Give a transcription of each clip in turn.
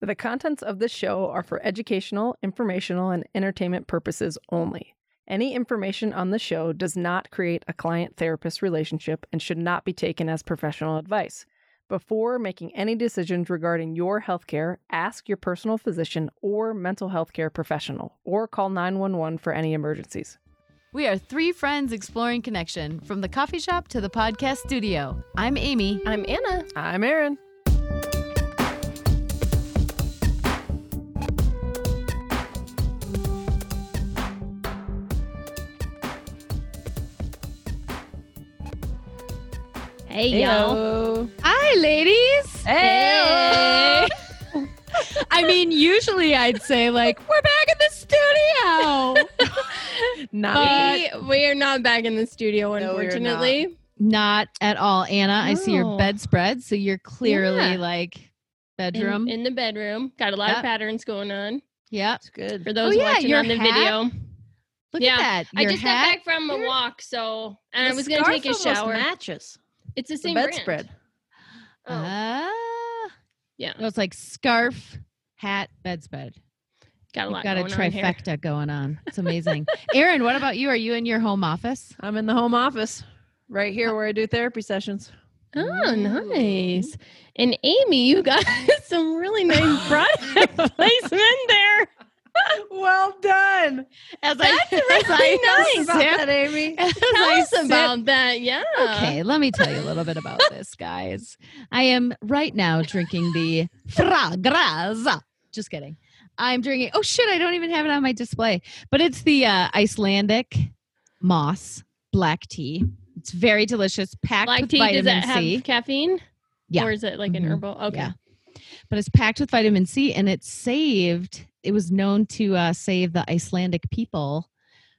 The contents of this show are for educational, informational, and entertainment purposes only. Any information on the show does not create a client therapist relationship and should not be taken as professional advice. Before making any decisions regarding your healthcare, ask your personal physician or mental health care professional, or call 911 for any emergencies. We are three friends exploring connection from the coffee shop to the podcast studio. I'm Amy. I'm Anna. I'm Aaron. Hey, y'all. Hi, ladies. Hey. I mean, usually I'd say, like, we're back in the studio. Not We, we are not back in the studio, No, we are unfortunately. Not at all, Anna. I see your No. bedspread. So you're clearly Yeah. like In- bedroom. In, the bedroom. Got a lot Yep. of patterns going on yeah. it's good. for those Oh, yeah, watching your on the hat? video. Look Yeah. at that. I Your just hat. got back from a Your- walk, so and I was going to take a shower. Matches It's the the same brand. bedspread. Oh, Uh-huh. Ah. yeah. No, it's like scarf, hat, bedspread. Got a You've lot got a going on here. trifecta going on. It's amazing. Aaron, what about you? Are you in your home office? I'm in the home office, right here where I do therapy sessions. Oh, Ooh. nice. And Amy, you got some really nice product placement there. well done. As That's really Tell us nice. about that, Amy. as Tell I us sip- about that. Yeah. Okay, let me tell you a little bit about this, guys. I am right now drinking the Fragraza. Just kidding. I'm drinking. Oh shit! I don't even have it on my display, but it's the uh, Icelandic moss black tea. It's very delicious, packed Black with tea, does vitamin that C. have caffeine? Yeah. Or is it like an Mhm. herbal? Okay. Yeah. but it's packed with vitamin C and it saved, it was known to uh, save the Icelandic people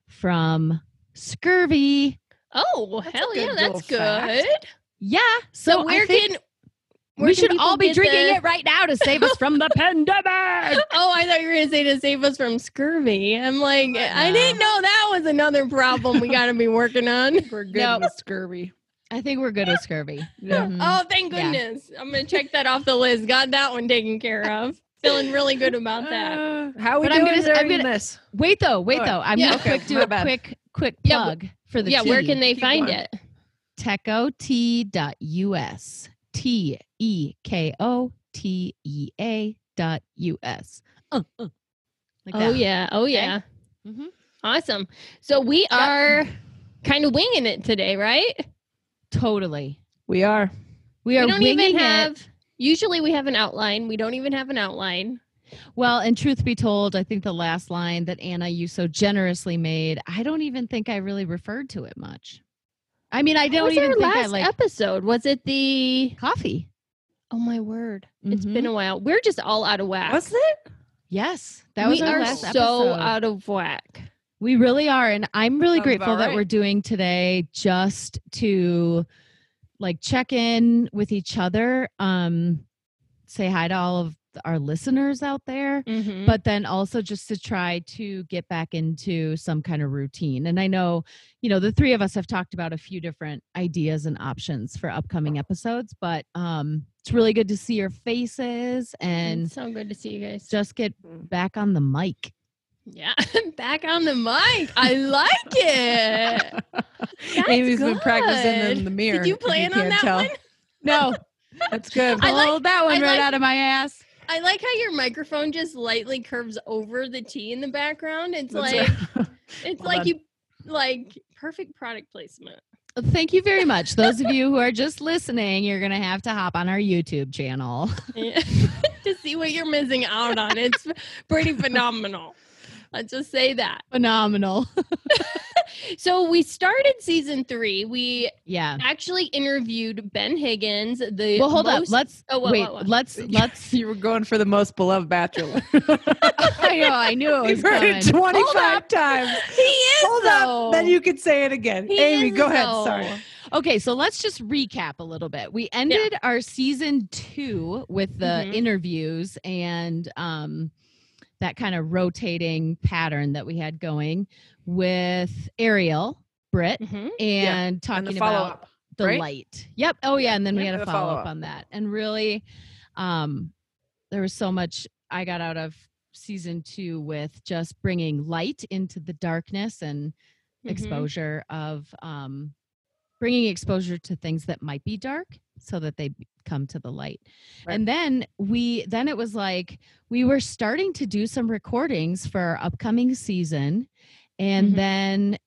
from scurvy. Oh, well, That's a hell good yeah, little that's fact. good. Yeah. So, So I where think can where we can should all people be get drinking the- it right now to save us from the pandemic. Oh, I thought you were gonna say to save us from scurvy. I'm like, I no. didn't know that was another problem we gotta be working on. We're good No. with scurvy. I think we're good with scurvy. Yeah. Mhm. Oh, thank Yeah. goodness. I'm gonna check that off the list. Got that one taken care of. Feeling really good about that. Uh, how are we But I'm doing gonna- I'm during gonna- this? Wait though, wait Go though. I'm Yeah. gonna Okay, quick do my a bad. quick quick Yeah, wh- plug for the yeah, where can they Keep find going. it? E tecot.us. T E K O T E A dot U S. Uh, uh. Like oh that. yeah, oh yeah. Mm-hmm. Mhm. Awesome. So we are kind of winging it today, right? Totally. We are. We are we don't winging even it. have usually we have an outline. We don't even have an outline. Well, and truth be told, I think the last line that Anna you so generously made, I don't even think I really referred to it much. I mean, I What don't was even our think last I like episode? Was it the coffee. Oh my word. It's Mm-hmm. Mhm. been a while. We're just all out of whack. What's it? yes. That was we our are last so episode. out of whack. uh, We really are. And I'm really Sounds grateful about that right. we're doing today just to like check in with each other, um, say hi to all of our listeners out there, Mm-hmm. But Mm-hmm. but then also just to try to get back into some kind of routine. And I know, you know, the three of us have talked about a few different ideas and options for upcoming episodes, but um, it's really good to see your faces and it's so good to see you guys. just get Mm. back on the mic. Yeah. Back on the mic. I like it. That's Amy's been practicing in good. the mirror. you if plan on can't that tell. one? No, That's good. I like- Pulled that one I right like- out of my ass. I like how your microphone just lightly curves over the T in the background. It's That's like right. It's Well like done. you like perfect product placement. Thank you very much. Those of you who are just listening, you're going to have to hop on our YouTube channel. to see what you're missing out on. It's pretty phenomenal. Let's just say that. Phenomenal. So we started season three. We Yeah. actually interviewed Ben Higgins, the Well, hold up. most- Let's Oh, what, wait. what, what? Let's let's. you were going for the most beloved bachelor. I know. I knew it was You've heard coming. it 25 up. times. he is Hold though. up. Then you could say it again. He Amy, is, go ahead. though. Sorry. Okay, so let's just recap a little bit. We ended our season two with the Mhm. interviews and um, that kind of rotating pattern that we had going with Ariel, Britt, Mhm. and And talking the follow about up. the right? light. Yep. Oh yeah, and then we Yeah, had a the follow up follow-up. on that. And really um there was so much I got out of season two with just bringing light into the darkness and Mm-hmm. exposure of um, bringing exposure to things that might be dark so that they b- come to the light Right. and then we then it was like we were starting to do some recordings for our upcoming season and Mhm. then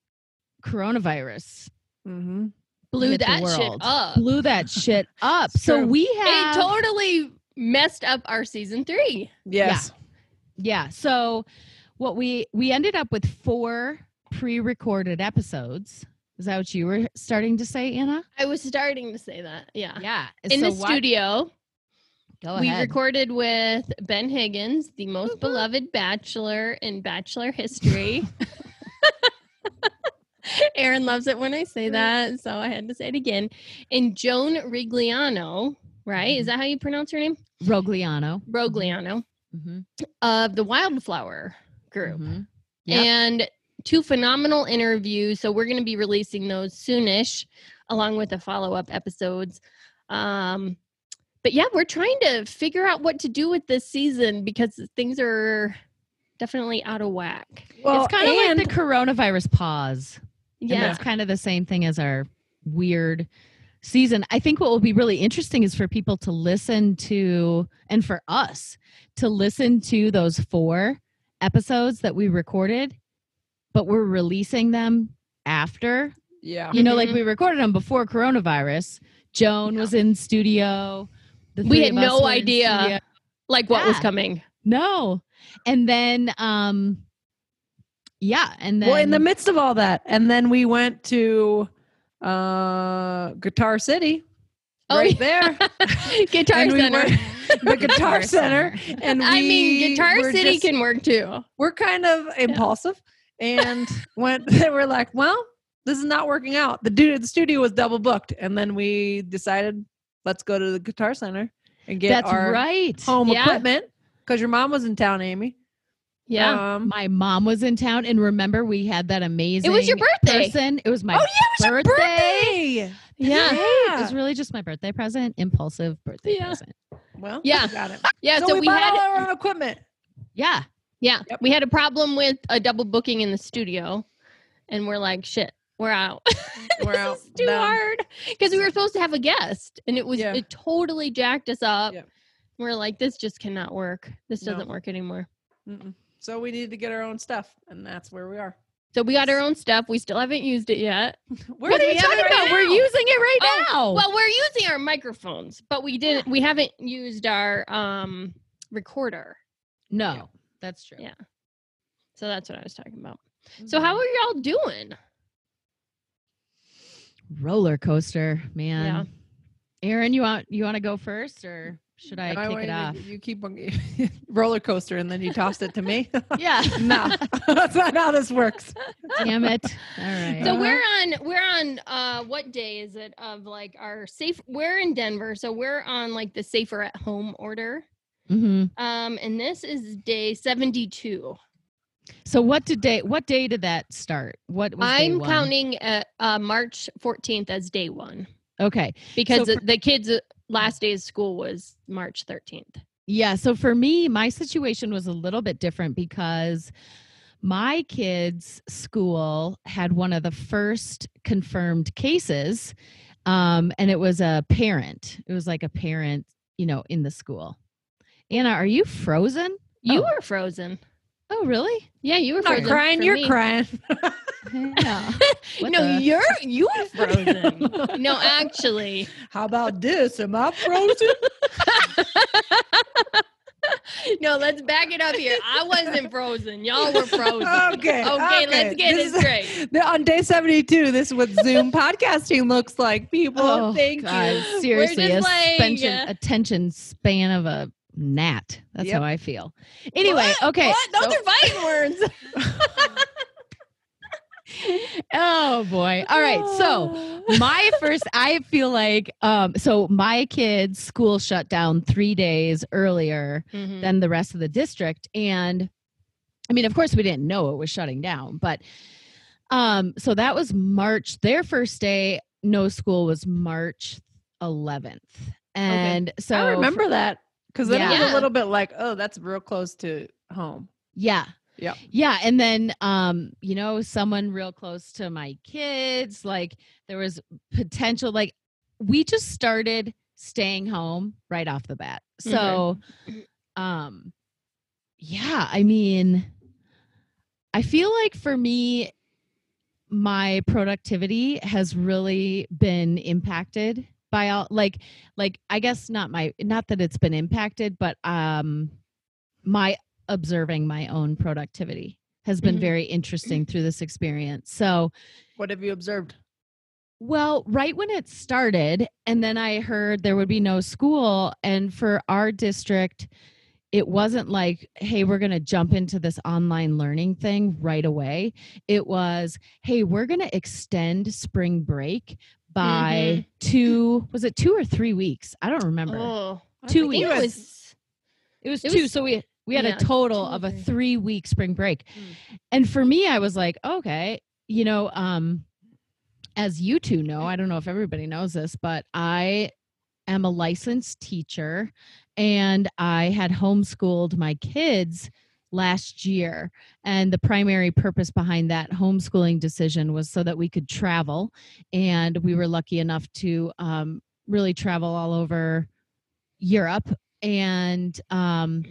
coronavirus Mm-hmm. Blew hit the that shit world. up. blew that shit up It's so true. we It have totally messed up our season three. Yes. Yeah. So what we we ended up with four pre-recorded episodes. Is that what you were starting to say, Anna? I was starting to say that. Yeah. Yeah. In So the why- studio, Go we ahead. recorded with Ben Higgins, the most Mhm. beloved bachelor in bachelor history. Aaron loves it when I say that, so I had to say it again. And Joan Rigliano, right? Mm-hmm. Is that how you pronounce her name? Rogliano. Rogliano Mm-hmm. of the Wildflower group. Yep. And two phenomenal interviews. So we're going to be releasing those soonish, along with the follow up episodes. Um, but yeah, we're trying to figure out what to do with this season because things are definitely out of whack. Well, it's kind of like and- the coronavirus pause. Yeah. And Yeah. that's kind of the same thing as our weird season. I think what will be really interesting is for people to listen to and for us to listen to those four episodes that we recorded, but we're releasing them after. yeah. You know, like Mhm. we recorded them before coronavirus. Joan was in studio. The We three had of us no were in idea. studio. Like what was Yeah. coming. No. And then um yeah, and then well, in the midst of all that, and then we went to uh Guitar City. Oh, right there, Guitar And we Center. were- the Guitar Center, and I mean, we Guitar were City just- can work too. We're kind of impulsive, and went. We're like, well, this is not working out. The dude at the studio was double booked, and then we decided let's go to the Guitar Center and get That's our right. home Yeah. equipment because your mom was in town, Amy. Yeah. Um, my mom was in town and remember we had that amazing it was your birthday. person it was my oh yeah, it was your birthday. birthday. Yeah. it Yeah. was really just my birthday present impulsive birthday Yeah. present Well, Yeah. got it. Yeah. so, we, bought had all our own equipment. yeah Yeah. Yep. We had a problem with a double booking in the studio and we're like, shit, we're out. We're this out. is too Done. hard. Because we were supposed to have a guest and it was Yeah. it totally jacked us up. Yeah. We're like, this just cannot work. This No. doesn't work anymore. Mm-mm. So we needed to get our own stuff, and that's where we are. So we got our own stuff. We still haven't used it yet. Where what do are we you have talking it right about we're now? using it right Oh, now Well, we're using our microphones, but we didn't we haven't used our um recorder. no Yeah. that's true Yeah. So that's what I was talking about. So Mm-hmm. how are y'all doing? roller coaster man Yeah. aaron you want you want to go first or should i No, kick want it you to- off You keep on roller coaster, and then you tossed it to me. yeah no, that's not how this works. damn it all right So Uh-huh. we're on we're on uh what day is it of like our safe we're in Denver, so we're on like the safer at home order. Mhm. Um and this is day 72. so what did day what day did that start what was day I'm one? counting uh, uh March 14th as day 1 okay because for- the kids uh, last day of school was March 13th. Yeah. So for me, my situation was a little bit different because my kids' school had one of the first confirmed cases. Um, and it was a parent. It was like a parent, you know, in the school. Anna, are you frozen? You Oh. were frozen. Oh, really? Yeah, you were I'm frozen. not crying. for You're me. crying. Yeah. What no, the- you're you were frozen. no, actually. How about this? Am I frozen? No, let's back it up here. I wasn't frozen. Y'all were frozen. Okay, Okay, okay. let's get This it is- straight. The- on day 72, this is what Zoom podcasting looks like, people. Oh, Thank God, you. Seriously, just a like, suspension, uh, attention span of a gnat. That's Yep. how I feel. Anyway, What? okay. What? Those are fighting words. oh boy. All right. So my first i feel like um so my kids school shut down three days earlier Mm. than the rest of the district and i mean of course we didn't know it was shutting down but um so that was march their first day no school was march 11th and so I remember that. Because then it's Yeah. a little bit like, oh, that's real close to home. Yeah. Yep. Yeah. And then um, you know, someone real close to my kids, like there was potential, like we just started staying home right off the bat. So um yeah, I mean I feel like for me my productivity has really been impacted by all like like I guess not my not that it's been impacted, but um my observing my own productivity has been Mhm. very interesting through this experience. So, What have you observed? well, right when it started, and then I heard there would be no school. And for our district, it wasn't like, hey, we're going to jump into this online learning thing right away. It was, hey, we're going to extend spring break by two, was it two or three weeks? I don't remember. Oh, Two I think weeks. it was It was It two. was- so we we had yeah, a total two or of a three. three week spring break. Mm. And for me, I was like, okay, you know, um, as you two know, I don't know if everybody knows this, but I am a licensed teacher and I had homeschooled my kids last year. And the primary purpose behind that homeschooling decision was so that we could travel. And we were lucky enough to um, really travel all over Europe. And um,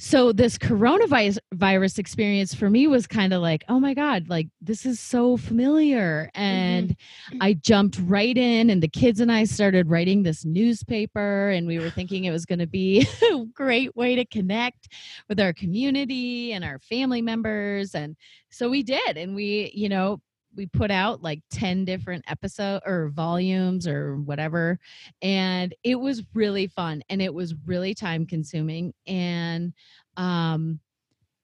so this coronavirus virus experience for me was kind of like, oh my God, like this is so familiar. And I jumped right in, and the kids and I started writing this newspaper, and we were thinking it was going to be a great way to connect with our community and our family members. And so we did. And we, you know, we put out like 10 different episode or volumes or whatever and it was really fun and it was really time consuming and um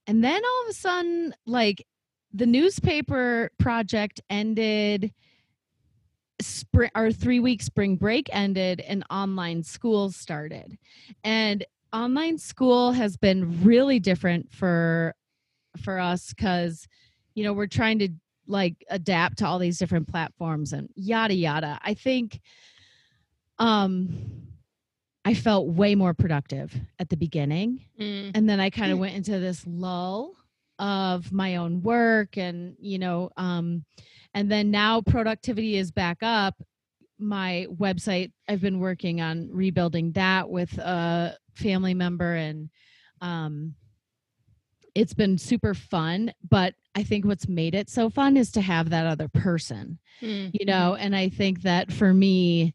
and then all of a sudden like the newspaper project ended spring our three week spring break ended and online school started and online school has been really different for for us because you know we're trying to like adapt to all these different platforms and yada yada i think um i felt way more productive at the beginning Mm, and then I kind of Mm. went into this lull of my own work and you know um and then now productivity is back up my website I've been working on rebuilding that with a family member and um it's been super fun but I think what's made it so fun is to have that other person mm, you know and i think that for me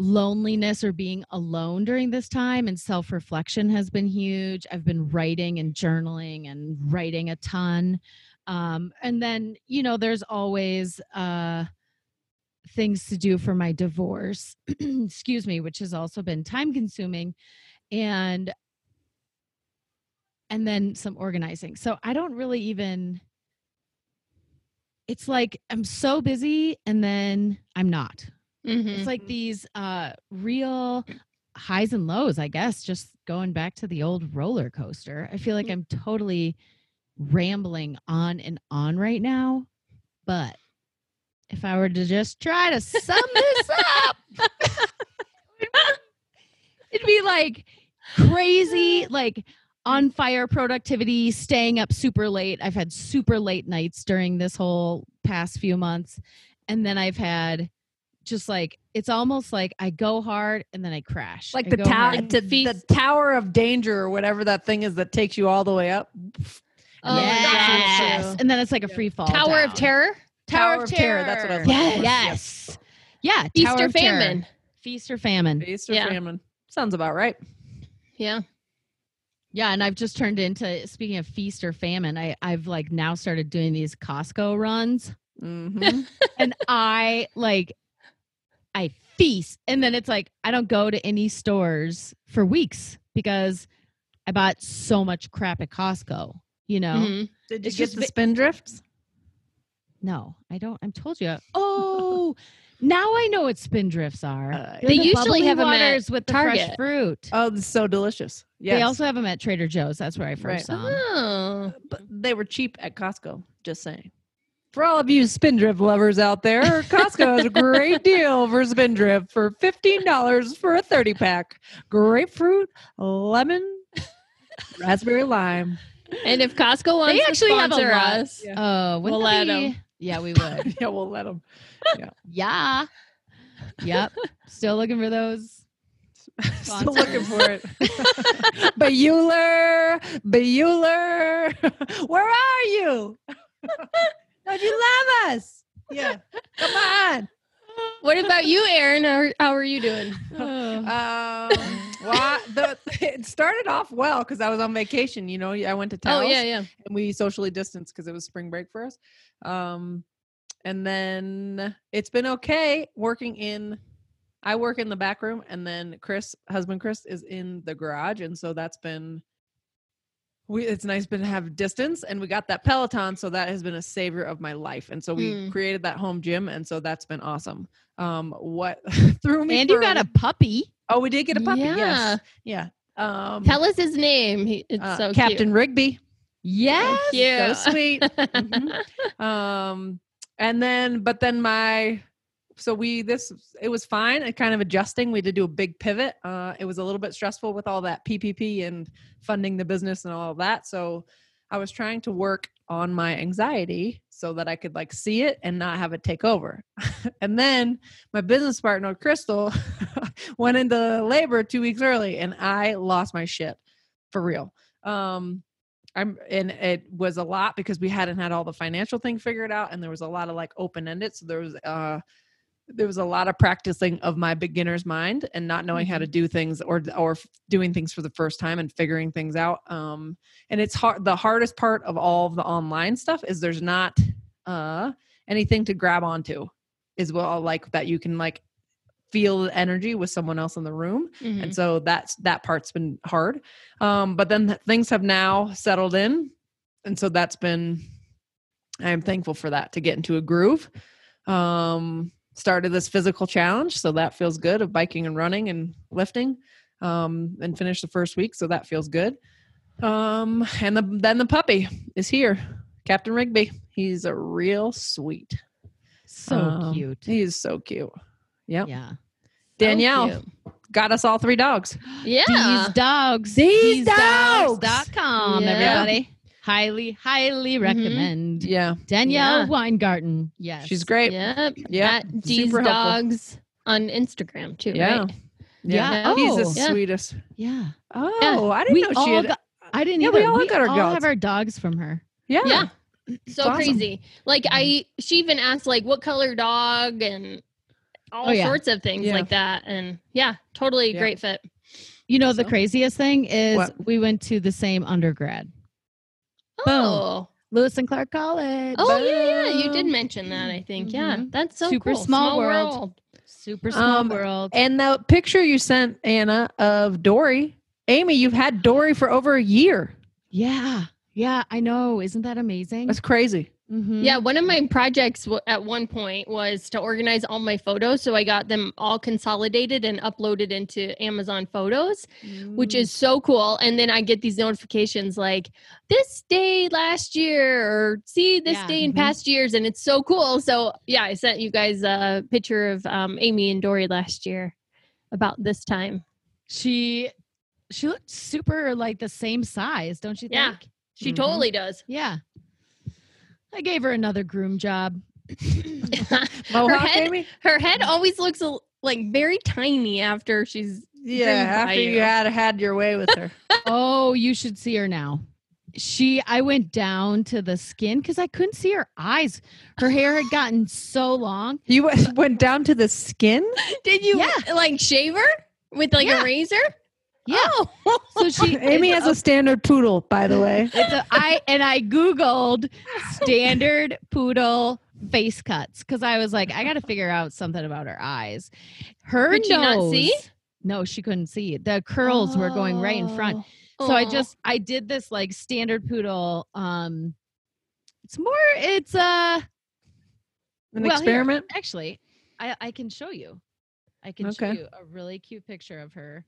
loneliness or being alone during this time and self-reflection has been huge i've been writing and journaling and writing a ton um, and then you know there's always uh, things to do for my divorce excuse me which has also been time consuming and and then some organizing so i don't really even it's like i'm so busy and then i'm not mhm. it's like these uh real highs and lows i guess just going back to the old roller coaster i feel like Mm. i'm totally rambling on and on right now but if i were to just try to sum this up it'd be like crazy like on fire productivity staying up super late i've had super late nights during this whole past few months and then i've had just like it's almost like i go hard and then i crash Like I the, go tower, hard. the, the tower of danger or whatever that thing is that takes you all the way up. Oh my gosh, that's yes. true. and then it's like a Yeah. free fall Tower of down. Terror, tower, of terror, That's what I was yeah looking for. yes yeah Easter Tower of Terror. Famine. feast or famine Feast or Yeah. famine. Sounds about right. Yeah. Yeah, and I've just turned into speaking of feast or famine. I I've like now started doing these Costco runs, Mhm. and I like I feast, and then it's like I don't go to any stores for weeks because I bought so much crap at Costco. You know, mhm. Did you It's get just the ve- spindrifts? no, I don't. I told you. Oh, now I know what spindrifts are. Uh, They're They the usually bubbly have 'em at waters with the fresh Target. fruit. Oh, it's so delicious. Yes. They also have them at Uh-huh. Trader Joe's. That's where I first Right. saw 'em. Oh. but they were cheap at Costco. Just saying. For all of you Spindrift lovers out there, Costco has a great deal for Spindrift for $15 for a 30 pack. Grapefruit, lemon, raspberry lime. And if Costco wants They to actually have a sponsor lot. us, Yeah. Oh, wouldn't We'll that let be- 'em. Yeah, we would. Yeah, we'll let them. yeah. Yep. Still looking for those. Still looking for it. Bueller, Bueller, where are you? Don't you love us? Yeah, come on. what about you, Aaron? How, how are you doing? Oh. Um, well, I- the, it started off well because I was on vacation. You know, I went to Oh Taos yeah, yeah. and we socially distanced because it was spring break for us. Um, and then it's been okay working in. I work in the back room, and then Chris, husband Chris, is in the garage, and so that's been. We, it's nice been to have distance and we got that peloton so that has been a savior of my life and so we Hmm. Mm. created that home gym and so that's been awesome um what threw me And you for got a puppy. Oh, we did get a puppy. Yeah. Yes. Yeah. Um, Tell us his name. He, it's uh, so Captain Rigby. Yes. Yeah. So sweet. cute. Mhm. Um, and then, but then my, so we, this, it was fine and kind of adjusting. We did do a big pivot. Uh, it was a little bit stressful with all that PPP and funding the business and all of that. So I was trying to work on my anxiety so that I could like see it and not have it take over. and then my business partner, Crystal, went into labor two weeks early and I lost my shit for real. Um, I'm and it was a lot because we hadn't had all the financial thing figured out, and there was a lot of like open ended. So there was uh there was a lot of practicing of my beginner's mind and not knowing how to do things or or f- doing things for the first time and figuring things out. Um, and it's hard. The hardest part of all of the online stuff is there's not uh anything to grab onto, is well like that you can like feel the energy with someone else in the room Mhm. Mm-hmm. and so that's that part's been hard um but then th- things have now settled in and so that's been i'm thankful for that to get into a groove um started this physical challenge so that feels good of biking and running and lifting um and finished the first week so that feels good um and the, then the puppy is here captain rigby he's a real sweet So Um, cute. he is so cute yep Yeah. danielle So cute. got us all three dogs Yeah. These dogs. These dogs. Dogs.com, Yeah. everybody. Highly, highly recommend. Mm-hmm. yeah Danielle Yeah. Weingarten. Yes. she's great Yep. Yeah, At D's super helpful. dogs on Instagram too. Yeah. Right? Yeah. He's the Oh. Yeah. sweetest. Yeah. Oh, Yeah. I didn't we know she all had. got, I didn't Yeah, either. we all got our dogs. have our dogs from her. yeah. Yeah. So awesome. crazy. Like I, she even asked like what color dog and all Oh, yeah. sorts of things Yeah. like that. And yeah, totally Yeah. great fit. You know, the So? craziest thing is What? we went to the same undergrad, Oh, Lewis and Clark College. oh yeah, yeah. You did Boom. mention that. I think. Yeah, Mhm. that's so Mm-hmm. Super cool. small world. Mm-hmm. Super small Um, world. And the picture you sent Anna of Dory, Amy, you've had Dory for over a year. yeah. Yeah. I know. Isn't that amazing? That's crazy. Mhm. Yeah, one of my projects w- at one point was to organize all my photos, so I got them all consolidated and uploaded into Amazon Photos. which is so cool. And then I get these notifications like this day last year or see this Yeah. day in Mhm. past years. And it's so cool. So yeah, I sent you guys a picture of um, Amy and Dory last year about this time. She she looked super like the same size, don't you Yeah. think? She Mhm. totally does. Yeah. I gave her another groom job. Mohawk, her head- Amy? Her head always looks a, like very tiny after she's Yeah, groomed by after you you. had had your way with her. oh, you should see her now. She, I went down to the skin because I couldn't see her eyes. Her hair had gotten so long. you went- went down to the skin. did you Yeah. like shave her with like Yeah. a razor? Yeah. Oh. So she, Amy it's has a standard poodle, by the way. It's a, I and I googled standard poodle face cuts because I was like, I got to figure out something about her eyes. Her Could she nose. not see? No, she couldn't see. The curls were going right in front. So I Aw. just I did this like standard poodle. Um, it's more. It's uh An Well, here. experiment. actually I I can show you. I can show Okay. you a really cute picture of her,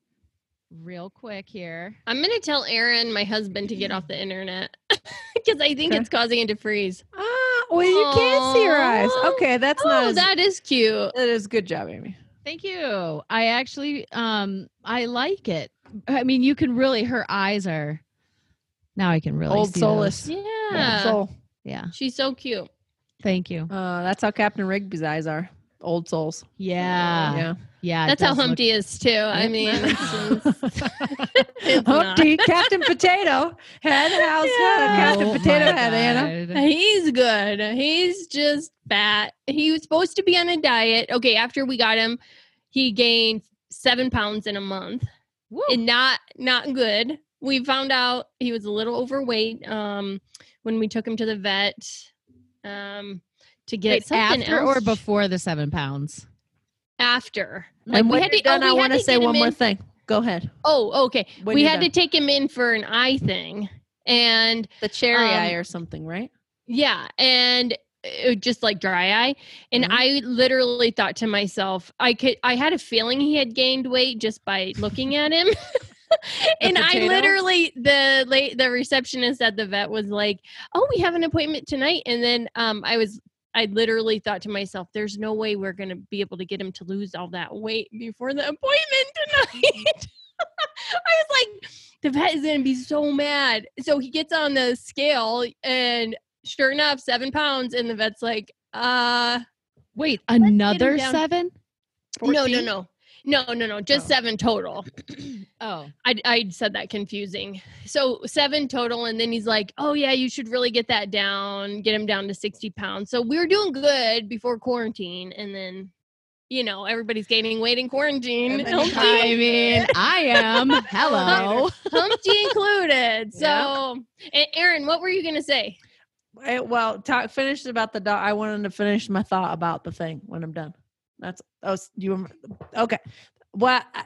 real quick here. I'm going to tell Aaron, my husband, to get off the internet because I think Okay. it's causing it to freeze. Ah, Well, you can't see her eyes. Aw. Okay, that's not. Oh, as- that is cute. that is good job, Amy. Thank you. I actually um I like it. I mean, you can really her eyes are now I can really Old see soulless. those. Old Yeah. soul. Yeah. She's so cute. Thank you. Uh, that's how Captain Rigby's eyes are. Old souls. Yeah. Yeah. yeah. it That's how does look- Humpty is too. I mean, it's, it's, it's not. Humpty, Captain Potato, head house, head, Yeah. Captain Oh Potato my Head, Anna. God. He's good. He's just fat. He was supposed to be on a diet. Okay, after we got him, he gained seven pounds in a month. Woo. And not not good. We found out he was a little overweight um, when we took him to the vet um, to get Wait, something after else or before the seven pounds. After. And we when had you're to- oh, done, we I had want to to say get one him more in- thing. Go ahead. Oh, okay. When we you're had done. to take him in for an eye thing, and the cherry um, eye or something, right? Yeah, and it just like dry eye. And Mhm. I literally thought to myself, I could I had a feeling he had gained weight just by looking at him. and I potato? literally the late the receptionist at the vet was like, "Oh, we have an appointment tonight." And then um I was I literally thought to myself, there's no way we're going to be able to get him to lose all that weight before the appointment tonight. I was like, the vet is going to be so mad. So he gets on the scale, and sure enough, seven pounds. And the vet's like, uh, Wait, another down. seven? no, no, no. No, no, no. Just Oh. seven total. Oh. I, I said that confusing. So seven total. And then he's like, oh, yeah, you should really get that down, get him down to 60 pounds. So we were doing good before quarantine. And then, you know, everybody's gaining weight in quarantine. And then Humpty- I mean, I am. Hello. Humpty included. So, Yeah. and Aaron, what were you going to say? I- well, talk finish about the dog. I wanted to finish my thought about the thing when I'm done. That's oh s- you rem- okay. What I,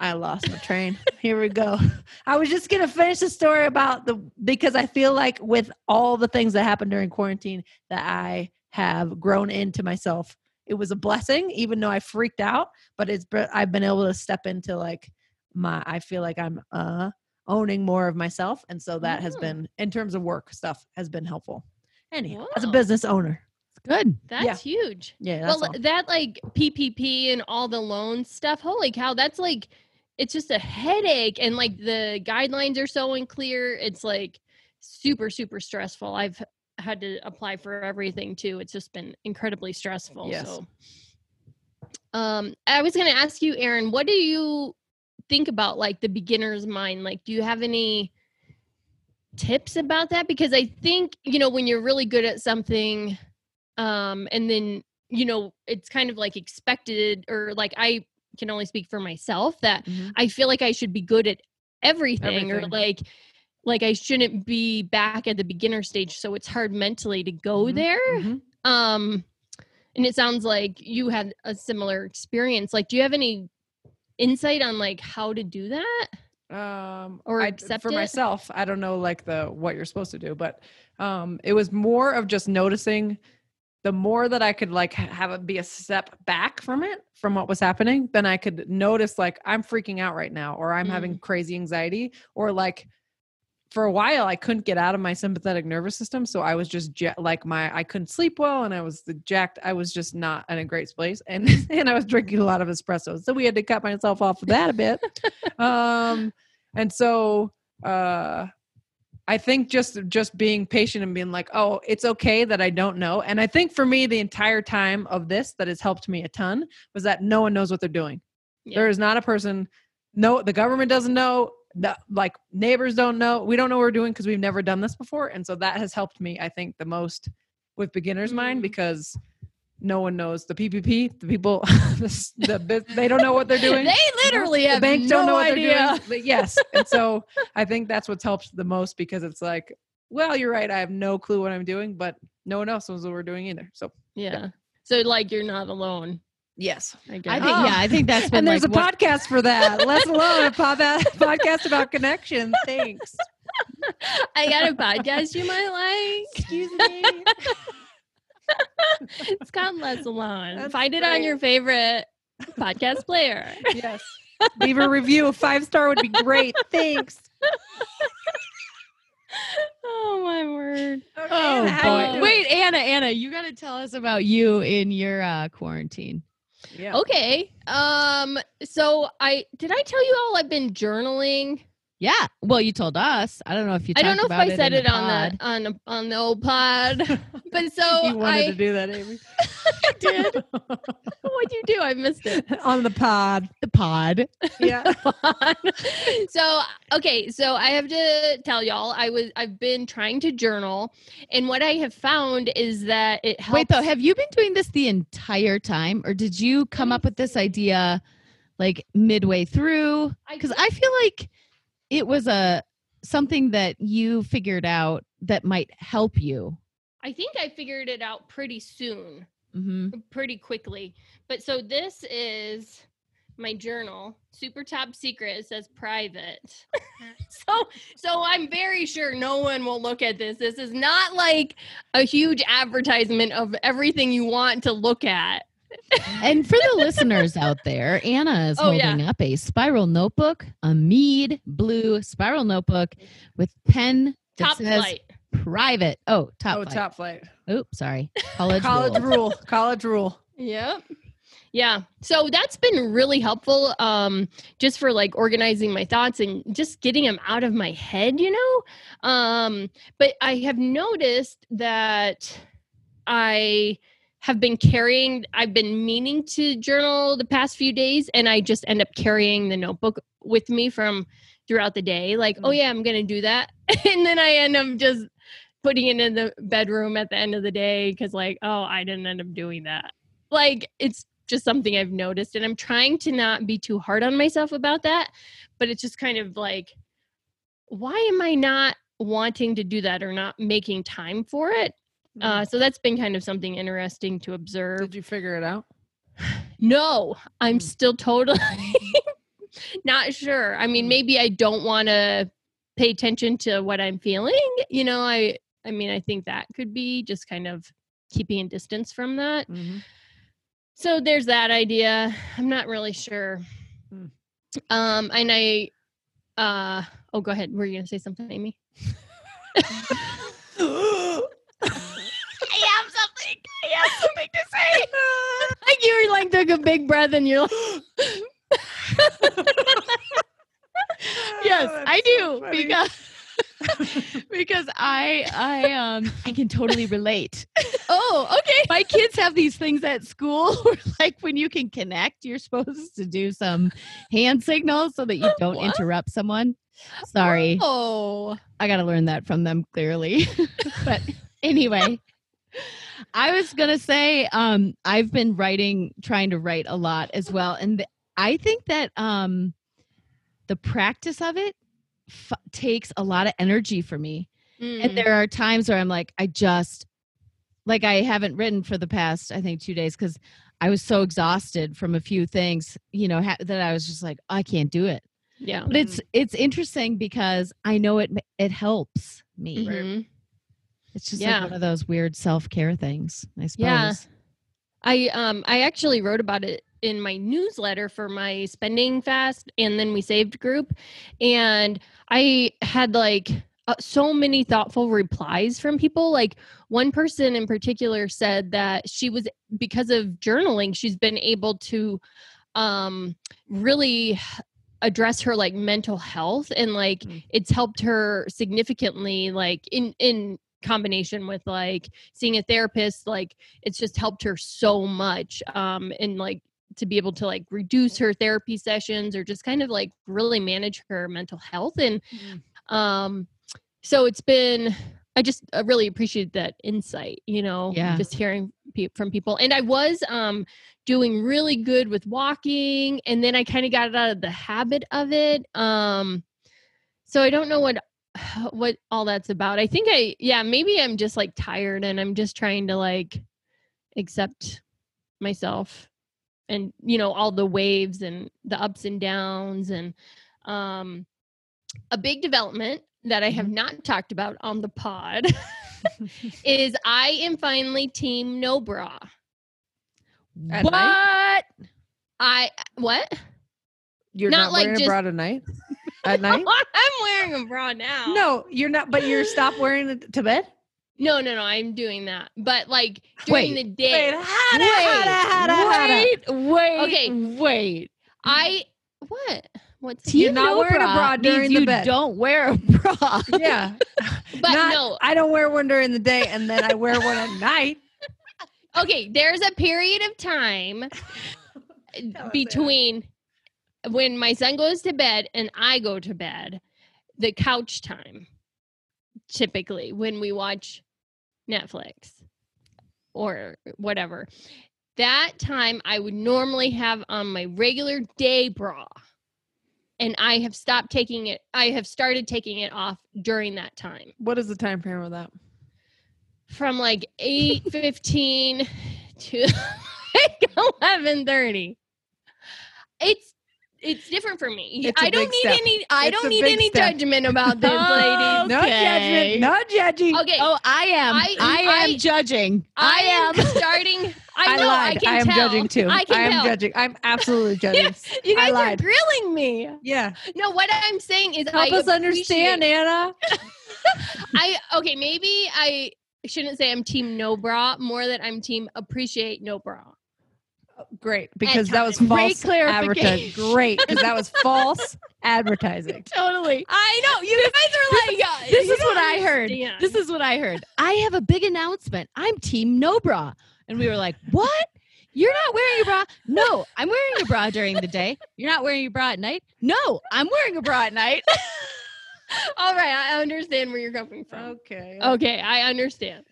I lost my train. Here we go. I was just gonna finish the story about the because I feel like with all the things that happened during quarantine that I have grown into myself. It was a blessing, even though I freaked out, but it's but I've been able to step into like my I feel like I'm uh owning more of myself. And so that has Mm. been in terms of work stuff has been helpful. Anyhow, as a Wow. business owner. Good. That's huge. Yeah, that's well, all. that like PPP and all the loan stuff. Holy cow, that's like it's just a headache and like the guidelines are so unclear. It's like super super stressful. I've had to apply for everything too. It's just been incredibly stressful. Yes. So um I was going to ask you Aaron, what do you think about like the beginner's mind? Like do you have any tips about that because I think, you know, when you're really good at something um and then you know it's kind of like expected or like i can only speak for myself that Mhm. i feel like i should be good at everything, or Everything. like like i shouldn't be back at the beginner stage so it's hard mentally to go Mhm, there Mhm. um and it sounds like you had a similar experience like do you have any insight on like how to do that um Or I, accept for it? myself i don't know like the what you're supposed to do but um it was more of just noticing the more that i could like ha- have it be a step back from it from what was happening then i could notice like i'm freaking out right now or i'm having crazy anxiety or like for a while i couldn't get out of my sympathetic nervous system so i was just ja- like my i couldn't sleep well and i was the jacked i was just not in a great place and and i was drinking a lot of espresso so we had to cut myself off of that a bit um and so uh i think just just being patient and being like oh it's okay that i don't know and i think for me the entire time of this that has helped me a ton was that no one knows what they're doing Yeah. there is not a person no the government doesn't know no, like neighbors don't know we don't know what we're doing because we've never done this before and so that has helped me i think the most with beginner's mind Mm. because no one knows the ppp the people the, s- the bus- they don't know what they're doing they literally the have banks no don't know what idea they're doing. But yes. and so I think that's what's helped the most because it's like, well, you're right. I have no clue what I'm doing, but no one else knows what we're doing either. So yeah so like you're not alone yes. i guess I Oh. think yeah, I think that's been And there's like a one- podcast for that. Let's alone a pod- podcast about connections. Thanks. i got a podcast you might like Excuse me. it's called Les Alone. That's Find it on great. your favorite podcast player. Yes. Leave a review. Five star would be great. Thanks. Oh my my word. Oh Anna, how you boy! doing? Wait, Anna, Anna, you got to tell us about you in your uh, quarantine. Yeah. Okay. Um, so I did I tell you all I've been journaling? Yeah. Well, you told us. I don't know if you. I don't know talked about if I said in it on the on the- on the old pod. But so you wanted I to do that, Amy. I did. what'd you do? I missed it. On the pod. Oh, the pod. Yeah. so okay, so I have to tell y'all I was I've been trying to journal and what I have found is that it helps Wait, though, have you been doing this the entire time, or did you come up with this idea like midway through? Because I feel like it was a something that you figured out that might help you. I think I figured it out pretty soon, Mm-hmm. pretty quickly. But so this is my journal, super top secret. It says private. so so I'm very sure no one will look at this. This is not like a huge advertisement of everything you want to look at. And for the listeners out there, Anna is Oh, holding up a spiral notebook, a mead blue spiral notebook with pen that Top says flight. private. Oh, top. oh, flight. top flight. Oops, sorry. College. College rule. rule. College rule. Yep. Yeah. So that's been really helpful um just for like organizing my thoughts and just getting them out of my head, you know? Um but I have noticed that I have been carrying I've been meaning to journal the past few days and I just end up carrying the notebook with me from throughout the day like, "Oh yeah, I'm going to do that." and then I end up just putting it in the bedroom at the end of the day cuz like, "Oh, I didn't end up doing that." like it's just something I've noticed and I'm trying to not be too hard on myself about that, but it's just kind of like why am I not wanting to do that or not making time for it? Mm-hmm. Uh, so that's been kind of something interesting to observe. Did you figure it out? No, I'm Mm. still totally not sure. I mean, Mm. maybe I don't want to pay attention to what I'm feeling. You know, I I mean, I think that could be just kind of keeping a distance from that. Mm-hmm. So there's that idea. I'm not really sure. Hmm. Um, and I, uh, oh, go ahead. Were you gonna say something, Amy? I have something. I have something to say. like you were like took a big breath and you're like, yes, I do because because I I um I can totally relate. oh, okay. My kids have these things at school where like when you can connect, you're supposed to do some hand signals so that you don't What? interrupt someone. Sorry, Oh, I got to learn that from them clearly. but anyway, I was going to say um I've been writing trying to write a lot as well and th- I think that um the practice of it f- takes a lot of energy for me Mm, and there are times where i'm like i just like i haven't written for the past i think two days because i was so exhausted from a few things you know ha- that i was just like "Oh, i can't do it yeah. but it's it's interesting because i know it ma- it helps me Right. Mhm. it's just Yeah. like one of those weird self-care things i suppose Yeah. I um I actually wrote about it in my newsletter for my spending fast and then we saved group and I had like uh, so many thoughtful replies from people like one person in particular said that she was because of journaling she's been able to um really address her like mental health and like Mm. it's helped her significantly like in in combination with like seeing a therapist like it's just helped her so much um and like to be able to like reduce her therapy sessions or just kind of like really manage her mental health and um so it's been i just I really appreciate that insight you know Yeah. just hearing pe- from people and i was um doing really good with walking and then i kind of got out of the habit of it um so i don't know what what all that's about i think i yeah maybe i'm just like tired and i'm just trying to like accept myself and you know all the waves and the ups and downs and um a big development that I have Mm-hmm. not talked about on the pod is I am finally team no bra. Uh, At what night? I what? You're Not not, like wearing a just- bra tonight. at night? I'm wearing a bra now. No, you're not. But you're stop wearing it to bed. no, no, no. I'm doing that, but like Wait. during the day. hada, wait, wait, Okay. wait. I what? What's You're not no wearing a bra means during the you bed. Don't wear a bra. Yeah, But not- no. I don't wear one during the day, and then I wear one at night. Okay, there's a period of time Tell us between when my son goes to bed and I go to bed, the couch time, typically when we watch Netflix or whatever. That time I would normally have on my regular day bra. And I have stopped taking it, I have started taking it off during that time What is the time frame of that? from like 8.15 to like 11.30 it's it's different for me It's a i don't big need step. any i It's a don't need big any step. judgment about this ladies No Okay. judgment. No judging. okay Oh, I am. I, I- am I- judging. i I, am starting i know i, lied. can am tell judging too. i am can tell judging. I'm absolutely judging. you I guys are lied. grilling me Yeah. no what i'm saying is Help I us understand, appreciate- Anna. i okay maybe i shouldn't say i'm team no bra more that i'm team appreciate no bra Great, because that was times. Great false advertising. clarification. Great, because that was false advertising. totally. i know you guys are like This you is what don't I heard. understand. This is what I heard. I have a big announcement. I'm team no bra. And we were like, what? You're not wearing a bra? No, I'm wearing a bra during the day. You're not wearing a bra at night? No, I'm wearing a bra at night. All right, I understand where you're coming from. Okay. Okay, I understand.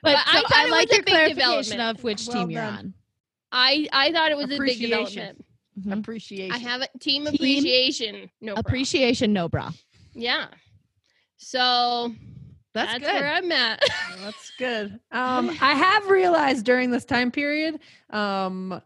But, But so I I, thought it was like a your big clarification development. of which Well team you're done. on. I I thought it was a big Appreciation. development. Mhm. Appreciation. I have a team, Team appreciation. No, appreciation. Appreciation, no bra. Yeah. So That's, that's, good. where I'm at. That's good. Um, I have realized during this time period um,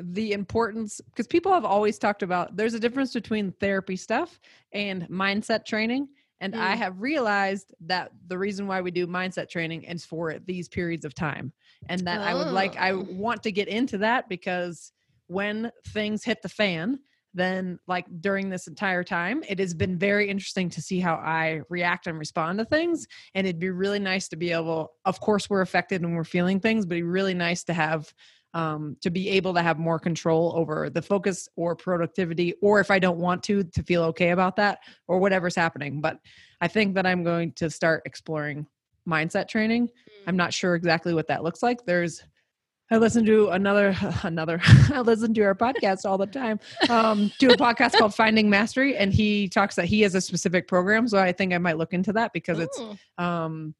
the importance because people have always talked about there's a difference between therapy stuff and mindset training. And I Mm. have realized that the reason why we do mindset training is for these periods of time. And that I would like, I Oh. want to get into that because when things hit the fan, then like during this entire time, it has been very interesting to see how I react and respond to things and it'd be really nice to be able of course we're affected and we're feeling things but it'd be really nice to have um, to be able to have more control over the focus or productivity or if i don't want to to feel okay about that or whatever's happening but i think that i'm going to start exploring mindset training i'm not sure exactly what that looks like there's I listen to another another I listen to our podcast all the time. Um to a podcast called Finding Mastery and he talks that he has a specific program so I think I might look into that because it's Ooh. um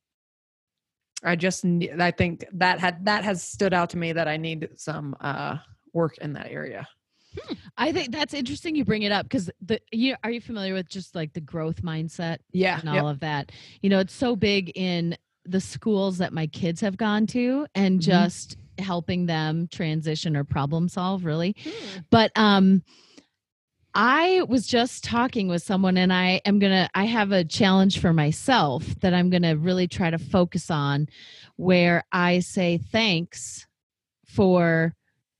i just ne- i think that had that has stood out to me that i need some uh work in that area I think that's interesting you bring it up because the you are you familiar with just like the growth mindset? yeah and all of that. You know, it's so big in the schools that my kids have gone to and Mhm. just helping them transition or problem solve really. Hmm. But um I was just talking with someone and I am going to I have a challenge for myself that I'm going to really try to focus on where I say thanks for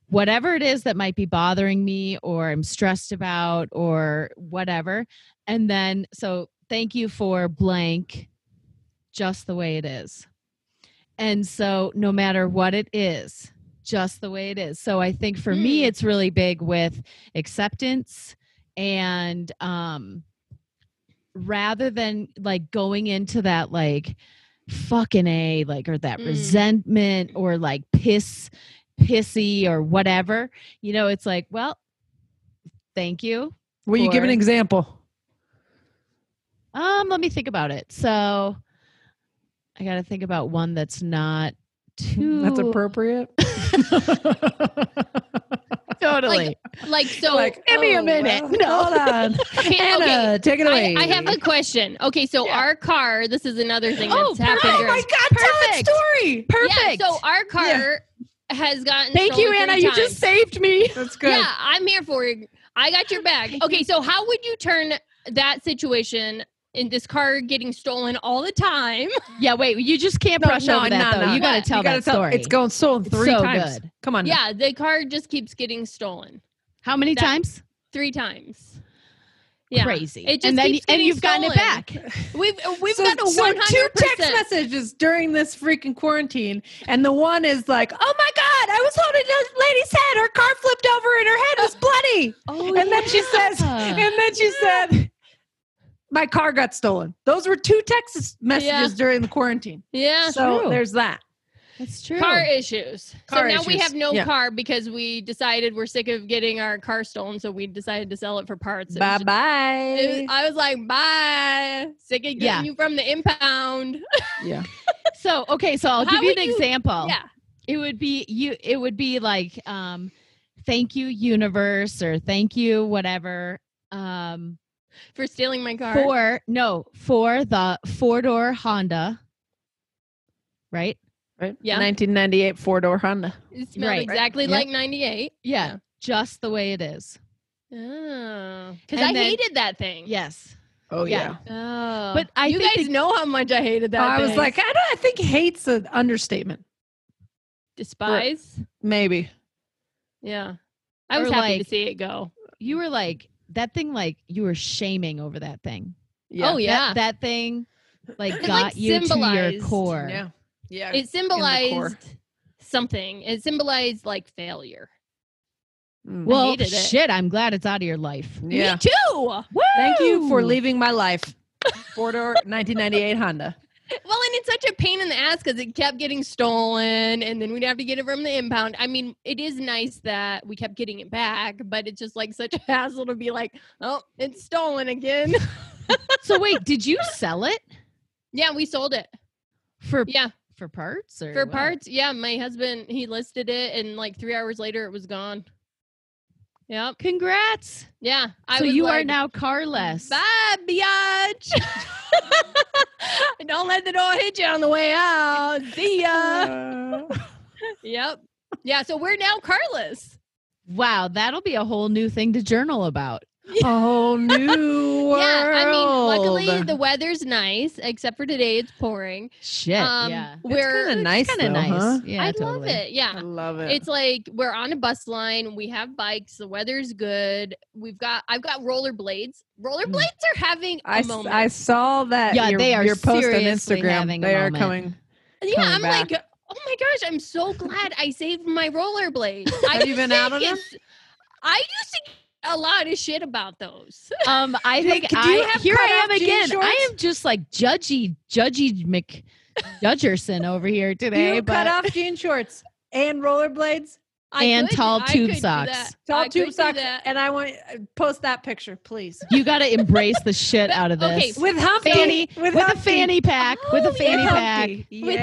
whatever it is that might be bothering me or I'm stressed about or whatever. And then, so thank you for blank, just the way it is. And so, no matter what it is, just the way it is. So, I think for me, Hmm. it's really big with acceptance and, um, rather than like going into that, like, fucking a like or that Mm. resentment or like piss pissy or whatever you know it's like well thank you will you give an Or- example um, let me think about it. So I gotta think about one that's not too that's appropriate totally. Like, like so like give me a oh, minute. well, No. hold on okay, Anna, okay. take it I, away I have a question. Okay, so Yeah. our car, this is another thing that's Oh, happened. perfect. oh during- my god tell that Perfect. story Perfect. Yeah, so our car has gotten Thank you, stolen Anna. three You just times. saved me. that's good Yeah, I'm here for you. I got your back. Okay, so how would you turn that situation in this car getting stolen all the time? Yeah, wait, you just can't No, brush no, over that no, though. no. You gotta What? tell you gotta that tell story. it's going stolen It's three so times good. come on now. Yeah, the car just keeps getting stolen How many That- times? three times. Yeah. Crazy. It just and then keeps and getting you've gotten it stolen. back. We've uh, we've So- got a so one two hundred text percent. messages during this freaking quarantine, and the one is like, "Oh my god, I was holding a lady's head. Her car flipped over, and her head was bloody." Oh, and then she says, and then she said, "My car got stolen." Those were two text messages Yeah. during the quarantine. Yeah. so true. there's that. that's true. Car issues. Car so now we issues. have no Yeah. car because we decided we're sick of getting our car stolen, so we decided to sell it for parts. It was Bye just- it was- bye. I was like, bye. Sick of getting Yeah. you from the impound. Yeah. so okay, so I'll How give you would an you- example. Yeah. It would be you it would be like um thank you universe or thank you whatever um For stealing my car. for no for the four-door Honda. Right? Right? Yeah. 1998 four door Honda. It smelled Right. exactly Yep. like 98. Yeah, Yeah. just the way it is. Oh. And Because I then- hated that thing. Yes. Oh Yeah. Oh. But I you think guys the- know how much I hated that. I was thing. like, I don't. I think hate's an understatement. despise. Maybe. Yeah. I Or was happy like- to see it go. You were like that thing like you were shaming over that thing. Yeah. Oh That- yeah. That, thing like It, got like, you to your symbolized- core. Yeah. Yeah. it core. symbolized something. It symbolized like failure. Mm. Well, hated it. shit, I'm glad it's out of your life. yeah. Me too. Thank you for Woo! leaving my life. Four door 1998 Honda. Well, and it's such a pain in the ass because it kept getting stolen, and then we'd have to get it from the impound. I mean, it is nice that we kept getting it back, but it's just like such a hassle to be like, oh, it's stolen again. so wait, did you sell it yeah, we sold it. for Yeah, for parts or for what? parts. Yeah, my husband he listed it, and like three hours later, it was gone. Yep. Congrats! Yeah. I so was you are like, now carless. Bye, biatch. Don't let the door hit you on the way out. See ya. yep. Yeah. So we're now carless. Wow, that'll be a whole new thing to journal about. oh, new world. Yeah. I mean, luckily the weather's nice, except for today it's pouring. Shit. Um, yeah. We're kind of nice. Kind of though, nice. huh? Yeah, I love totally. it. Yeah. I love it. It's like we're on a bus line. We have bikes. The weather's good. We've got. I've got rollerblades. Rollerblades are having a Mm. I, s- moment. I saw that. Yeah, your, they are your post on seriously having Instagram. a They are moment. coming. yeah. coming I'm back. like, oh my gosh! I'm so glad I saved my rollerblades. I Have you used been to out on them? get- I used to get a lot of shit about those. Um, I Do you- think do you I have here I cut-off am jean again. I shorts? am just like judgy, judgy Mc Judgerson over here today. you but cut off jean shorts and rollerblades, I And could- tall I tube could do socks. that. I tall could tube do socks, that. and I want uh, post that picture, please. you got to embrace the shit out of Okay, this. With Humpty, Fanny- with, with a Humpty. fanny pack. with a Oh, fanny With pack. Humpty. Yeah. With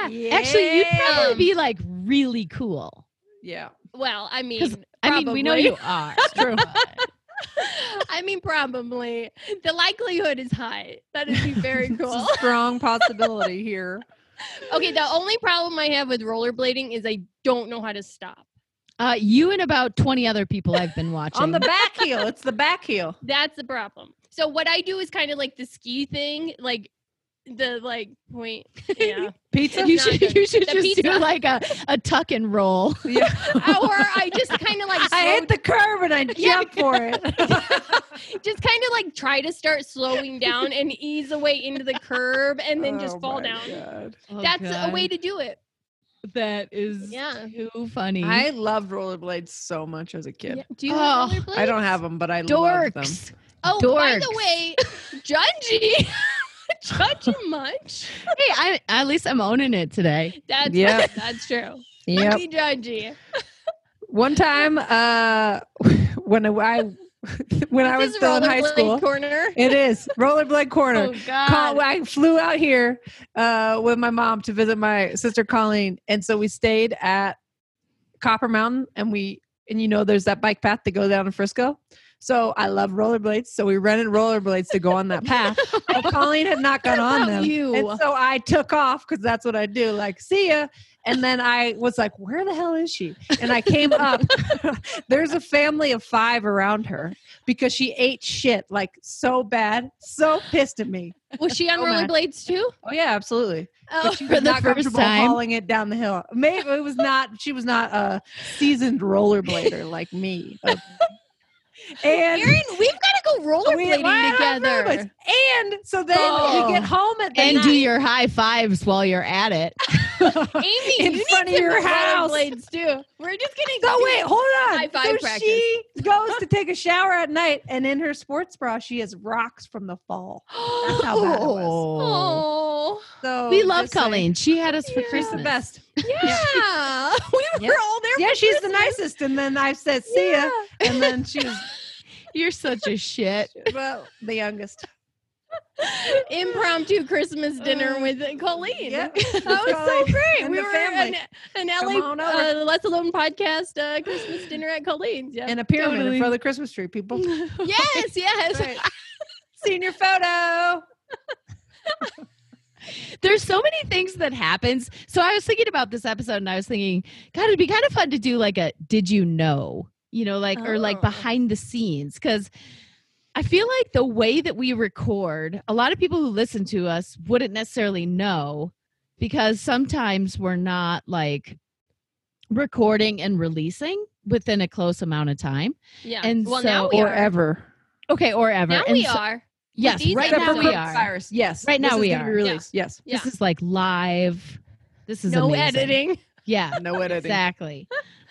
Humpty, yeah. Actually, you'd Yeah. probably Um, be like really cool. Yeah, Well, I mean, 'Cause, I mean, we know probably. you are. true. I mean, probably the likelihood is high. That would be very It's cool. a strong possibility here. okay, the only problem I have with rollerblading is I don't know how to stop. Uh, you and about 20 other people I've been watching. On the back heel, it's the back heel. That's the problem. So what I do is kind of like the ski thing, like the like point. Yeah. Pizza. you Not should good. you should The just do pizza. like a, a tuck and roll. Yeah. or I just kind of like I slow hit the curb and I Yeah. jump for it. just kind of like try to start slowing down and ease away into the curb and then just Oh fall my down. Oh, God. Oh That's uh, a way to do it. That is Yeah. too funny. I loved rollerblades so much as a kid. Yeah. Do you have Oh, rollerblades? I don't have them, but I love them. Dorks. Oh, by the dorks. way, judgy, judgy much. Hey, I at least I'm owning it today. That's Yeah. that's true. Yep. Pretty judgy. One time, uh, when I when I This was is still in high rollerblade school, corner. it is rollerblade corner. God. Col- I flew out here uh, with my mom to visit my sister Colleen, and so we stayed at Copper Mountain, and we and you know there's that bike path that goes down to Frisco. So I love rollerblades, so we rented rollerblades to go on that path. But Colleen had not gone on about them, you? and so I took off because that's what I do. Like, see ya. And then I was like, "Where the hell is she?" And I came up. There's a family of five around her because she ate shit like so bad, so pissed at me. Was she on so mad. rollerblades too? Oh yeah, absolutely. Oh, But she for was the not first comfortable time. hauling it down the hill. Maybe it was not. She was not a seasoned rollerblader like me. And Erin, we've got to go we- rollerblading wow, together. perfect. And so then Oh. we get home at the and do night your high fives while you're at it. Amy, in you front need of your some house. rollerblades too. We're just gonna So do- wait, hold on. High five so practice. she goes to take a shower at night, and in her sports bra, she has rocks from the fall. That's how bad it was. Oh. Oh, So We love just saying. Colleen. She had us for Yeah. She's the Christmas. best. yeah, we were Yep. all there. Yeah, she's the nicest. And then I said, "See ya," and then she was You're such a shit. well, the youngest. Impromptu Christmas dinner Uh, with Colleen. Yep. That was so Colleen great. and We the were family. an, an Come on LA over. uh, Let's Alone podcast uh, Christmas dinner at Colleen's. Yeah. and a pyramid Totally. in front of the Christmas tree. People, yes, yes. Right. senior photo. There's so many things that happens. So I was thinking about this episode and I was thinking, God, it'd be kind of fun to do like a did you know? You know, like or like Oh. behind the scenes. Cause I feel like the way that we record, a lot of people who listen to us wouldn't necessarily know because sometimes we're not like recording and releasing within a close amount of time. Yeah. And well, so- now we Or are. ever. Okay, or ever. Now And we so- are. Yes, these right episodes now are we are. Virus. Yes. Right This now is we gonna be are. Yeah. released. Yes. Yeah. This is like live. This is no amazing. editing. Yeah. No editing. Exactly.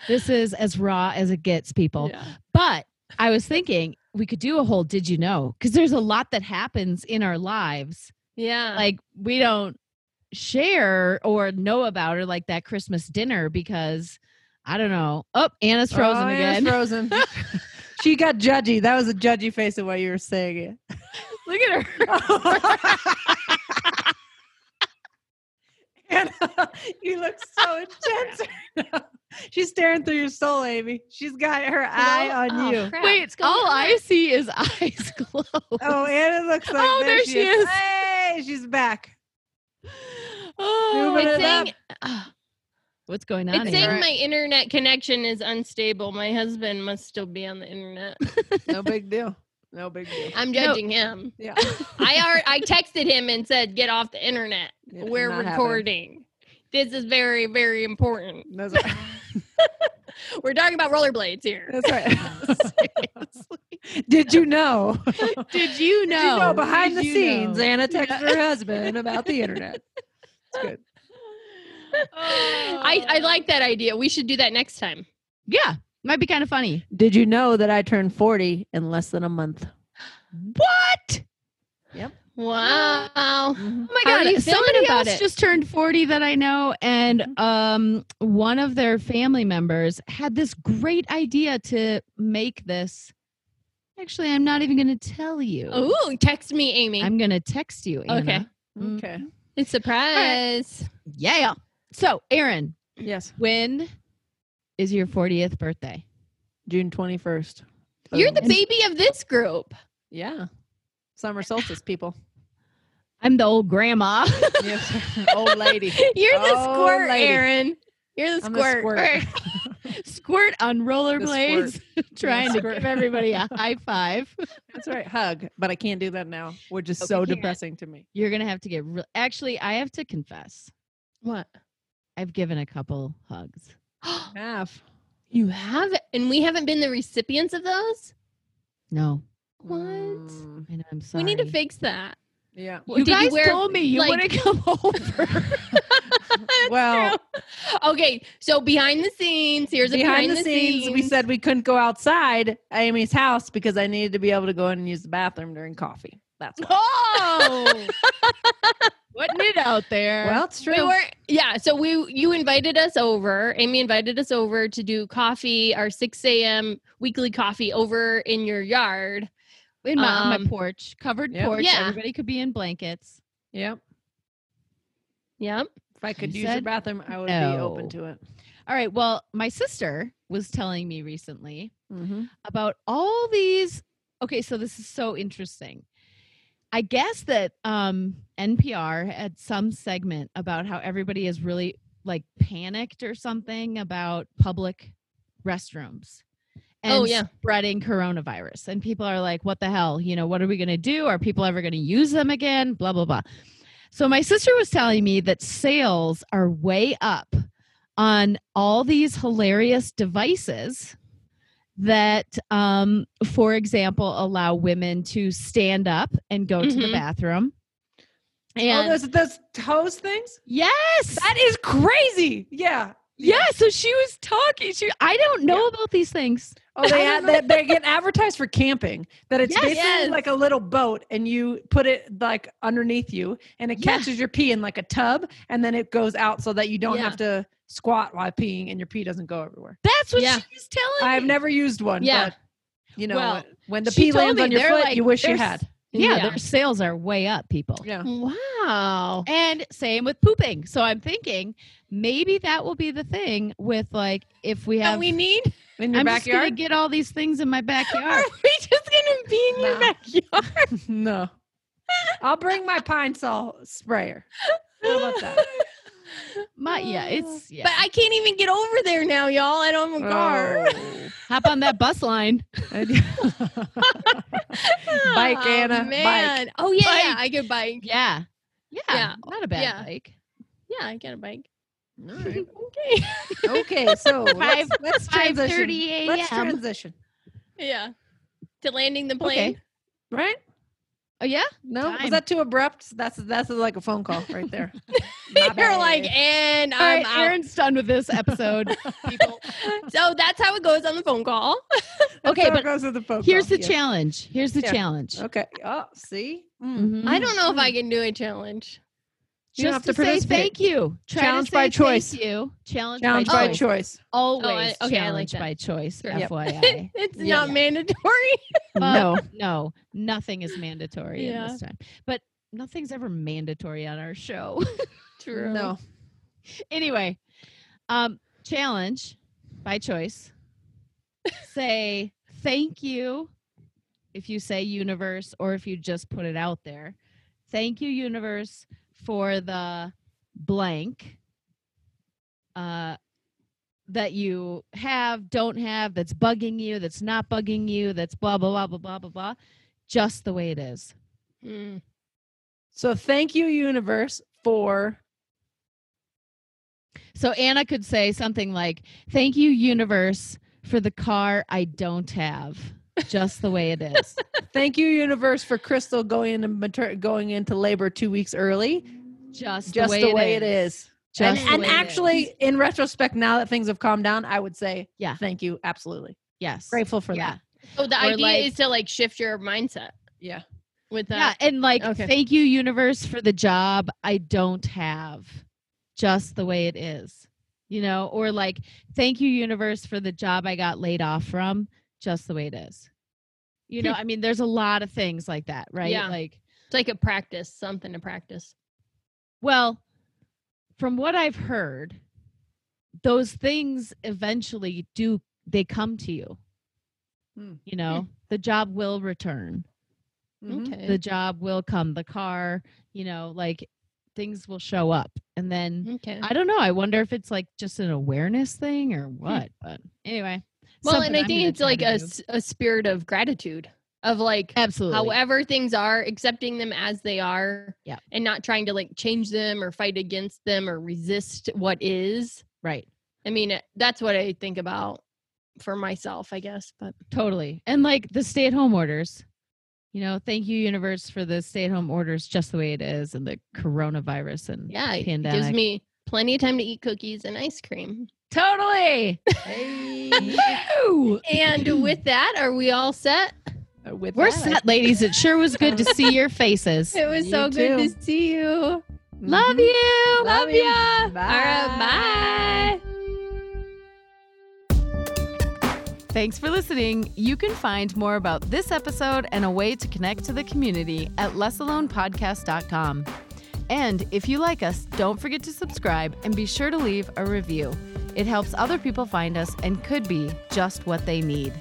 this is as raw as it gets, people. Yeah. But I was thinking we could do a whole did you know? Because there's a lot that happens in our lives. Yeah. Like we don't share or know about or like that Christmas dinner because I don't know. Oh, Anna's frozen Oh, yeah, it's again. frozen. she got judgy. That was a judgy face of what you were saying. Look at her. and uh, you look so intense. right now. She's staring through your soul, Amy. She's got her eye on Oh, you. crap. Wait, What's going all on? I see is eyes closed. Oh, Anna looks like Oh, there, there she, she is. is. Hey, she's back. Oh, Moving it's it saying, up. Ah, what's going on? It's here? saying my internet connection is unstable. My husband must still be on the internet. No big deal. No big deal. I'm No. judging him. Yeah. I are, I texted him and said, "Get off the internet. Yeah, We're not happening. recording. This is very, very important. That's right. We're talking about rollerblades here." That's right. Did you know? Did you know? Did you know behind Did the you scenes, know? Anna texted her husband about the internet. It's good. Oh. I, I like that idea. We should do that next time. Yeah, might be kind of funny. Did you know that I turned 40 in less than a month? What? Wow. Oh Mhm. my How are you feeling somebody about about else it? just turned 40 that I know and um one of their family members had this great idea to make this Actually, I'm not even going to tell you. oh, text me, Amy. I'm going to text you. Anna. Okay. Mm. Okay. it's surprise. Yeah. So, Aaron, Yes. when is your 40th birthday? June 21st. You're the Boom. baby of this group. Yeah. Summer solstice people. I'm the old grandma. Yes. Old lady. You're the Oh, squirt, lady. Aaron. You're the I'm squirt. the squirt. squirt on rollerblades, trying to squirt. give everybody a high five. That's right. Hug. But I can't do that now, which is Oh, so you can't. depressing to me. You're gonna have to get real. Actually, I have to confess, What? I've given a couple hugs. Half. you have, and we haven't been the recipients of those. No, What? Mm, I know. I'm sorry. We need to fix that. yeah. Well, You did guys wear, told me you like- wouldn't come over. Well, Okay, so behind the scenes, here's a behind, the, scenes, we said we couldn't go outside Amy's house because I needed to be able to go in and use the bathroom during coffee. That's why. oh, wasn't it out there? Well, it's we true. were yeah. So we you invited us over. Amy invited us over to do coffee, our six a.m. weekly coffee over in your yard. in my, on my um, porch, covered yeah. porch. Yeah. Everybody could be in blankets. yep. Yep. If I could You use your said bathroom, I would be open no. to it. All right. Well, my sister was telling me recently Mm-hmm. about all these. Okay, so this is so interesting. I guess that um, NPR had some segment about how everybody is really like panicked or something about public restrooms and Oh, yeah. spreading coronavirus. And people are like, what the hell? You know, what are we going to do? Are people ever going to use them again? Blah, blah, blah. So my sister was telling me that sales are way up on all these hilarious devices that, um, for example, allow women to stand up and go to the Mm-hmm. Mhm. bathroom. Oh, And those those toes things? yes, That is crazy. Yeah. yeah. So she was talking. She, I don't know about these things. Oh, they, I ad- they they get advertised for camping. That it's Yes. basically Yes. like a little boat, and you put it like underneath you, and it Yeah. catches your pee in like a tub, and then it goes out so that you don't Yeah. have to squat while peeing, and your pee doesn't go everywhere. That's what Yeah. she was telling I have me. never used one. Yeah. But, you know, Well, when the she pee told lands me on your they're foot, like- you wish you there's- had. Yeah, Yeah. their sales are way up, people. Yeah. Wow. And same with pooping. So I'm thinking maybe that will be the thing with like if we That have we need? In your I'm just gonna backyard? get all these things in my backyard. Are we just going to be in your Nah. backyard? no. I'll bring my pine saw sprayer. How about that? my yeah, it's yeah. But I can't even get over there now, y'all. I don't have a car. Oh. Hop on that bus line. Bike, Oh, Anna, bike. Man. Oh yeah, Bike. yeah, I get a bike. Yeah. Yeah. Yeah. Not a bad Yeah. bike. Yeah, I get a bike. All right. okay. okay, so Five- let's, let's transition. 5:30 a.m. Let's transition. Yeah. To landing the plane. Okay. Right? Oh yeah? No, Time. was that too abrupt? That's that's like a phone call right there. You're like, and All I'm right, Aaron's done with this episode. people. out. So that's how it goes on the phone call. Okay, but goes with the phone here's call. the Yeah. challenge. Here's the Yeah. challenge. Okay. Oh, see, Mm. Mhm. I don't know if I can do a challenge. You don't have Just to to, say participate. thank you. Try to Challenge by say choice. Thank you. Challenge, Hmm. challenge by by choice. choice. Always I- okay, I like challenge that. by choice, Sure. Yep. FYI. It's Yeah. not mandatory. But No. no, nothing is mandatory in Yeah. this time. But nothing's ever mandatory on our show. True. No. anyway, um, challenge by choice. say thank you if you say universe or if you just put it out there. Thank you, universe, for the blank uh, that you have, don't have, that's bugging you, that's not bugging you, that's blah, blah, blah, blah, blah, blah, blah, just the way it is. Mm. So thank you, universe, for So Anna could say something like, "Thank you, universe, for the car I don't have, just the way it is." thank you, universe, for Crystal going into mater- going into labor two weeks early, Just, just the way, it is. Just and the and way it actually, is. in retrospect, now that things have calmed down, I would say, Yeah. thank you, absolutely, yes, grateful for yeah, that. So the Or idea like- is to like shift your mindset Yeah. with yeah, that. and like, Okay. thank you, universe, for the job I don't have, just the way it is. You know, or like, thank you, universe, for the job I got laid off from, just the way it is. You know, Hmm. I mean, there's a lot of things like that, right? Yeah. Like, It's like a practice, something to practice. Well, from what I've heard, those things eventually do they come to you. Hmm. You know, the job will return. Mhm. Okay. The job will come, the car, you know, like things will show up. And then okay. I don't know, I wonder if it's like just an awareness thing or what, but anyway. Hmm. well, something and I I'm think gonna it's like try to a, do. s- a spirit of gratitude of like absolutely. however things are, accepting them as they are, Yeah. and not trying to like change them or fight against them or resist what is. right. I mean, it- that's what I think about for myself, I guess. But Totally. And like the stay at home orders, you know, thank you, universe, for the stay at home orders just the way it is and the coronavirus and yeah, it gives Mm, pandemic. me plenty of time to eat cookies and ice cream. totally. Hey. Woo! And with that, are we all set? Uh, With We're that, I set, ladies. It sure was good to see your faces. It was You so good too. to see you. mm-hmm. Love you. Love you. ya. Bye. All right, bye. Thanks for listening. You can find more about this episode and a way to connect to the community at lessalonepodcast.com. And if you like us, don't forget to subscribe and be sure to leave a review. It helps other people find us and could be just what they need.